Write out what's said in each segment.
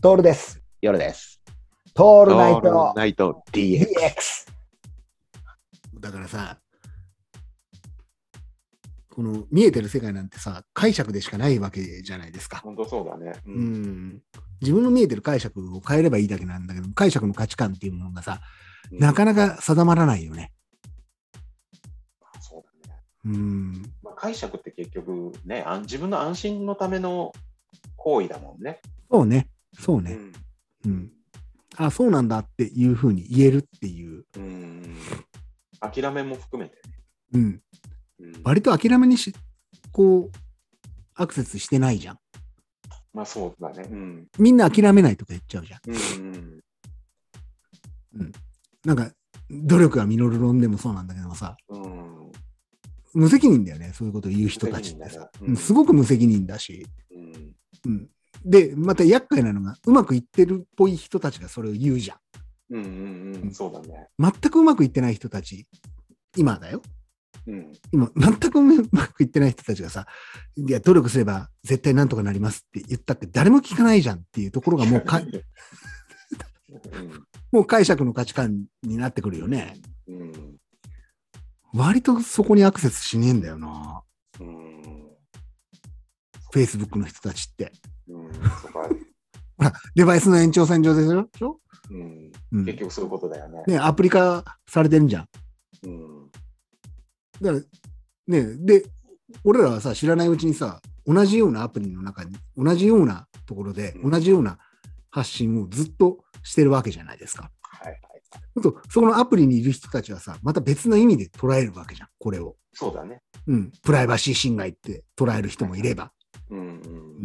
トールです。夜です。トオールナイトナイト DX。 DX。だからさ、この見えてる世界なんてさ、解釈でしかないわけじゃないですか。本当そうだね。うう。ん。自分の見えてる解釈を変えればいいだけなんだけど、解釈の価値観っていうものがさ、なかなか定まらないよね。そうだね。うん。まあ、解釈って結局ね、あん自分の安心のための行為だもんね。そうね。そううね。ん。うん。あ、そうなんだっていうふうに言えるっていう。うん。諦めも含めて。うん。うん、割と諦めにし、こう、アクセスしてないじゃん。まあそうだね。うん。みんな諦めないとか言っちゃうじゃん。うんうん。なんか、努力が実る論でもそうなんだけどもさ、うん。無責任だよね、そういうことを言う人たちってさ。無責任だねうんすごく無責任だし、うん。うんで、また厄介なのが、うまくいってるっぽい人たちがそれを言うじゃん。うんうんうん。そうだね。全くうまくいってない人たち、今だよ。うん。今、全くうまくいってない人たちがさ、いや、努力すれば絶対なんとかなりますって言ったって、誰も聞かないじゃんっていうところがもう かうんもう解釈の価値観になってくるよね。。うん。割とそこにアクセスしねえんだよな、うん。 Facebook の人たちって。うん。そうか。ほら、デバイスの延長線上でしょ、うん。うん、結局そういうことだよね。ね、アプリ化されてるじゃん。うん。だから、ね、で、俺らはさ、知らないうちにさ、同じようなアプリの中に、同じようなところで、うん同じような発信をずっとしてるわけじゃないですか。はいはい。そうすると、そのアプリにいる人たちはさ、また別の意味で捉えるわけじゃん、これを。そうだね。うん、プライバシー侵害って捉える人もいれば、うんううん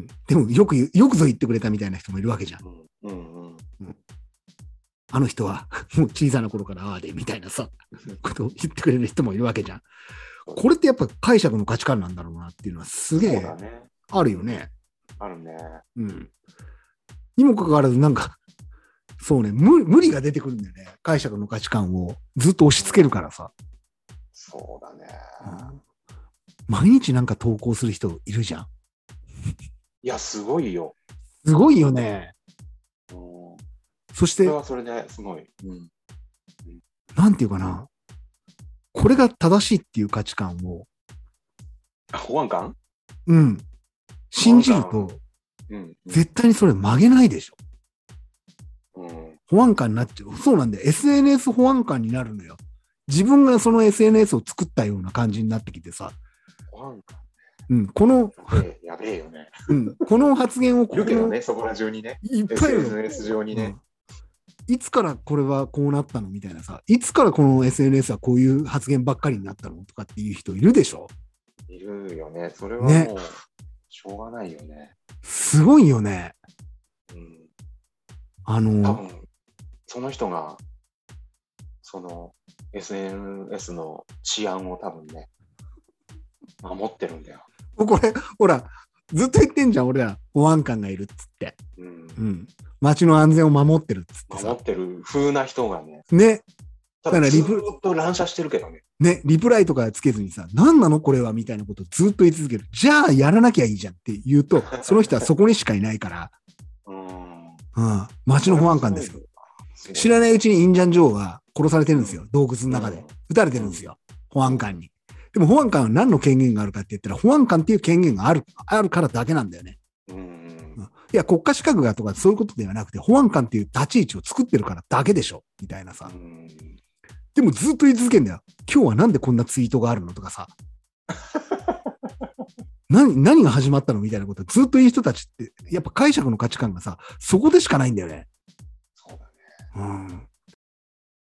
ん。、でもよく言う、よくぞ言ってくれたみたいな人もいるわけじゃん。うんうんうん。あの人は もう小さな頃からああで、みたいなさ、ことを言ってくれる人もいるわけじゃん。これってやっぱ解釈の価値観なんだろうなっていうのはすげそうえだね。あるよね。あるね。うん。にもかかわらず、なんか、そうね無、無理が出てくるんだよね。解釈の価値観をずっと押し付けるからさ。そうだね。毎日なんか投稿する人いるじゃん。いや、すごいよ。すごいよね。うんそそしてれ、はそれですごい。うんなんていうかな。これが正しいっていう価値観を、あ保安官うん。信じるそうと、うん。絶対にそれ曲げないでしょ。うん保安官になっちゃう。そうなんだよ。SNS 保安官になるのよ。自分がその SNS を作ったような感じになってきてさ、保安官うん、この、ってやべえよね。 うん、この発言をこいるけどのね、そこら中にね。いっぱいいるの SNS 上にね。うんいつからこれはこうなったのみたいなさ、いつからこの SNS はこういう発言ばっかりになったのとかっていう人いるでしょいるよね。それはねもう、しょうがないよね。すごいよね。うんあ多の、分その人が、その SNS の治安を多分ね、守ってるんだよ。これ、ほら、ずっと言ってんじゃん、俺ら、保安官がいるっつって。うんうん。街の安全を守ってるっつって守さっ。てる風な人がね、ね、だただからずリプーっと乱射してるけどね。ね、リプライとかつけずにさ、何なのこれはみたいなことをずっと言い続ける。じゃあ、やらなきゃいいじゃんって言うと、その人はそこにしかいないから、うん。うん、街の保安官ですよ。よ知らないうちにインジャン・ジョーが殺されてるんですよ、洞窟の中うんで。撃たれてるんですよ、保安官に。でも保安官は何の権限があるかって言ったら、保安官っていう権限があるあるからだけなんだよね。うんうんいや、国家資格がとかそういうことではなくて、保安官っていう立ち位置を作ってるからだけでしょ、みたいなうさ。ん。でもずっと言い続けるんだよ。今日はなんでこんなツイートがあるのとかさ。 何何が始まったのみたいなことずっと言う人たちって、やっぱ解釈の価値観がさ、そこでしかないんだよね。そうだね。うん